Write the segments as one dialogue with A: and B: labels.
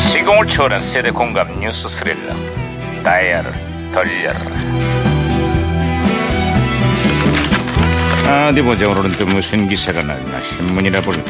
A: 시공을 초월한 세대 공감 뉴스 스릴러 다이아를 돌려라 아, 어디 보자 오늘은 또 무슨 기사가 났나 신문이라 볼까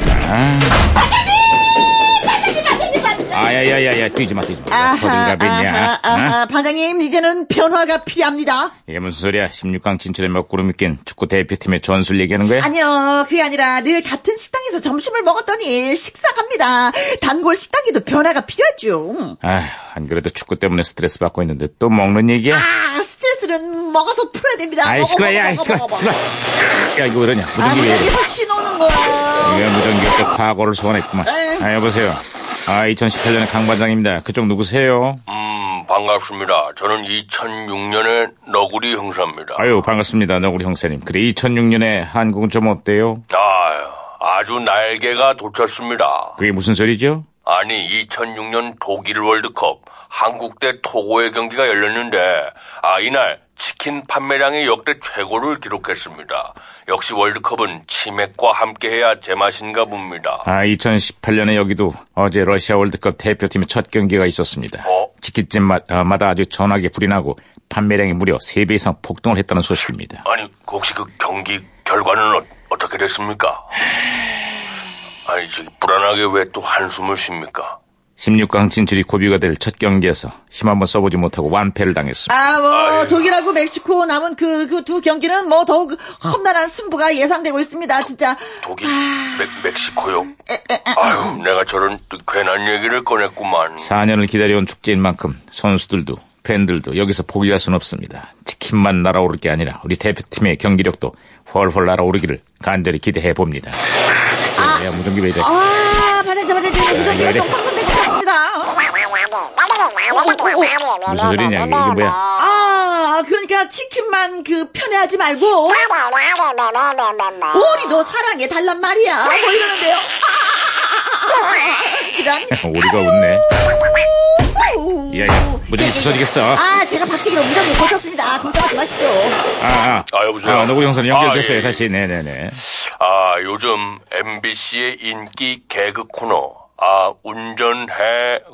A: 아야야야야 뛰지마 뛰지마 어딘가
B: 아하,
A: 냐
B: 아하, 반장님 이제는 변화가 필요합니다.
A: 이게 무슨 소리야 16강 진출에 몇 구름이 낀 축구 대표팀의 전술 얘기하는 거야?
B: 아니요, 그게 아니라 늘 같은 식당에서 점심을 먹었더니 식사갑니다. 단골 식당에도 변화가 필요하죠.
A: 아휴, 안 그래도 축구 때문에 스트레스 받고 있는데 또 먹는 얘기야?
B: 아, 스트레스는 먹어서 풀어야 됩니다.
A: 아이
B: 먹어,
A: 시끄러
B: 먹어,
A: 야 아이
B: 먹어,
A: 시끄러
B: 먹어,
A: 시끄러
B: 먹어.
A: 야 이거 왜 이러냐
B: 아,
A: 무전기 예. 왜 이래
B: 무전기에서 신호는 거야.
A: 이게 무전기 또 과거를 소환했구만
B: 에이.
A: 아 여보세요 아 2018년의 강 반장입니다 그쪽 누구세요
C: 음, 반갑습니다. 저는 2006년에 너구리 형사입니다.
A: 아유 반갑습니다 너구리 형사님 그래 2006년에 한국은 좀 어때요
C: 아유, 아주 날개가 돋쳤습니다.
A: 그게 무슨 소리죠
C: 아니, 2006년 독일 월드컵 한국 대 토고의 경기가 열렸는데, 아, 이날 치킨 판매량이 역대 최고를 기록했습니다. 역시 월드컵은 치맥과 함께해야 제맛인가 봅니다.
A: 아 2018년에 여기도 어제 러시아 월드컵 대표팀의 첫 경기가 있었습니다
C: 어?
A: 치킨집마다 아주 전하게 불이 나고 판매량이 무려 3배 이상 폭등을 했다는 소식입니다
C: 아니, 그 혹시 그 경기 결과는 어, 떻게 됐습니까? 아니, 저기 불안하게 왜 또 한숨을 쉽니까?
A: 16강 진출이 고비가 될 첫 경기에서 힘 한번 써보지 못하고 완패를 당했습니다
B: 아, 뭐, 독일하고 멕시코 남은 그, 그 두 경기는 뭐 더욱 험난한 승부가 예상되고 있습니다, 진짜.
C: 독일, 멕, 멕시코요. 아유, 내가 저런 또 괜한 얘기를 꺼냈구만.
A: 4년을 기다려온 축제인 만큼 선수들도 팬들도 여기서 포기할 순 없습니다. 치킨만 날아오를 게 아니라 우리 대표팀의 경기력도 훨훨 날아오르기를 간절히 기대해 봅니다. 야, 어, 무전기 왜 이래?
B: 아, 반장님, 반장님, 무전기가
A: 이래.
B: 좀 혼선된 것 같습니다.
A: 무슨 소리냐 이게, 이게 뭐야?
B: 아, 그러니까 치킨만 그 편애하지 말고 오리도 사랑해 달란 말이야. 뭐 이러는데요. 아, 이런.
A: 오리가 웃네. 야야 무전기 부서지겠어. 아,
B: 아, 제가 박치기로 무더기 고쳤습니다. 걱정하지 마십시오.
A: 아,
C: 아, 여보세요?
A: 아, 노구 형사님
C: 아,
A: 연결됐어요
C: 예.
A: 다시. 네네네.
C: 아, 요즘 MBC의 인기 개그 코너. 아, 운전해.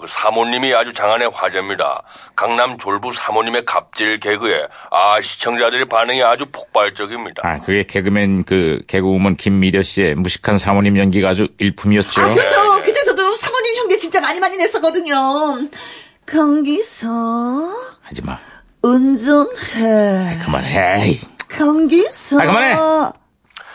C: 그 사모님이 아주 장안의 화제입니다. 강남 졸부 사모님의 갑질 개그에, 아, 시청자들의 반응이 아주 폭발적입니다.
A: 아 그게 개그맨 그 개그우먼 김미려 씨의 무식한 사모님 연기가 아주 일품이었죠.
B: 아, 그렇죠. 그때 저도 사모님 형제 진짜 많이 많이 냈었거든요. 경기서
A: 하지마.
B: 운전해.
A: 그만해.
B: 경기서.
A: 아, 그만해.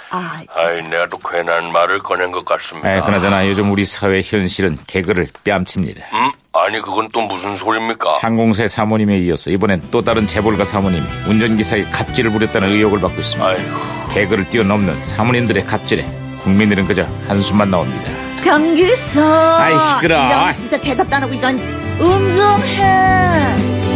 B: 아,
C: 아이, 내가 또 괜한 말을 꺼낸 것 같습니다.
A: 에, 네, 아, 그나저나 요즘 우리 사회 현실은 개그를 뺨칩니다.
C: 음? 아니, 그건 또 무슨 소리입니까?
A: 항공사 사모님에 이어서 이번엔 또 다른 재벌가 사모님이 운전기사의 갑질을 부렸다는 의혹을 받고 있습니다.
C: 아이고.
A: 개그를 뛰어넘는 사모님들의 갑질에 국민들은 그저 한숨만 나옵니다.
B: 감기서
A: 아이, 시끄러워.
B: 이런 진짜 대답도 안 하고 이런 음성해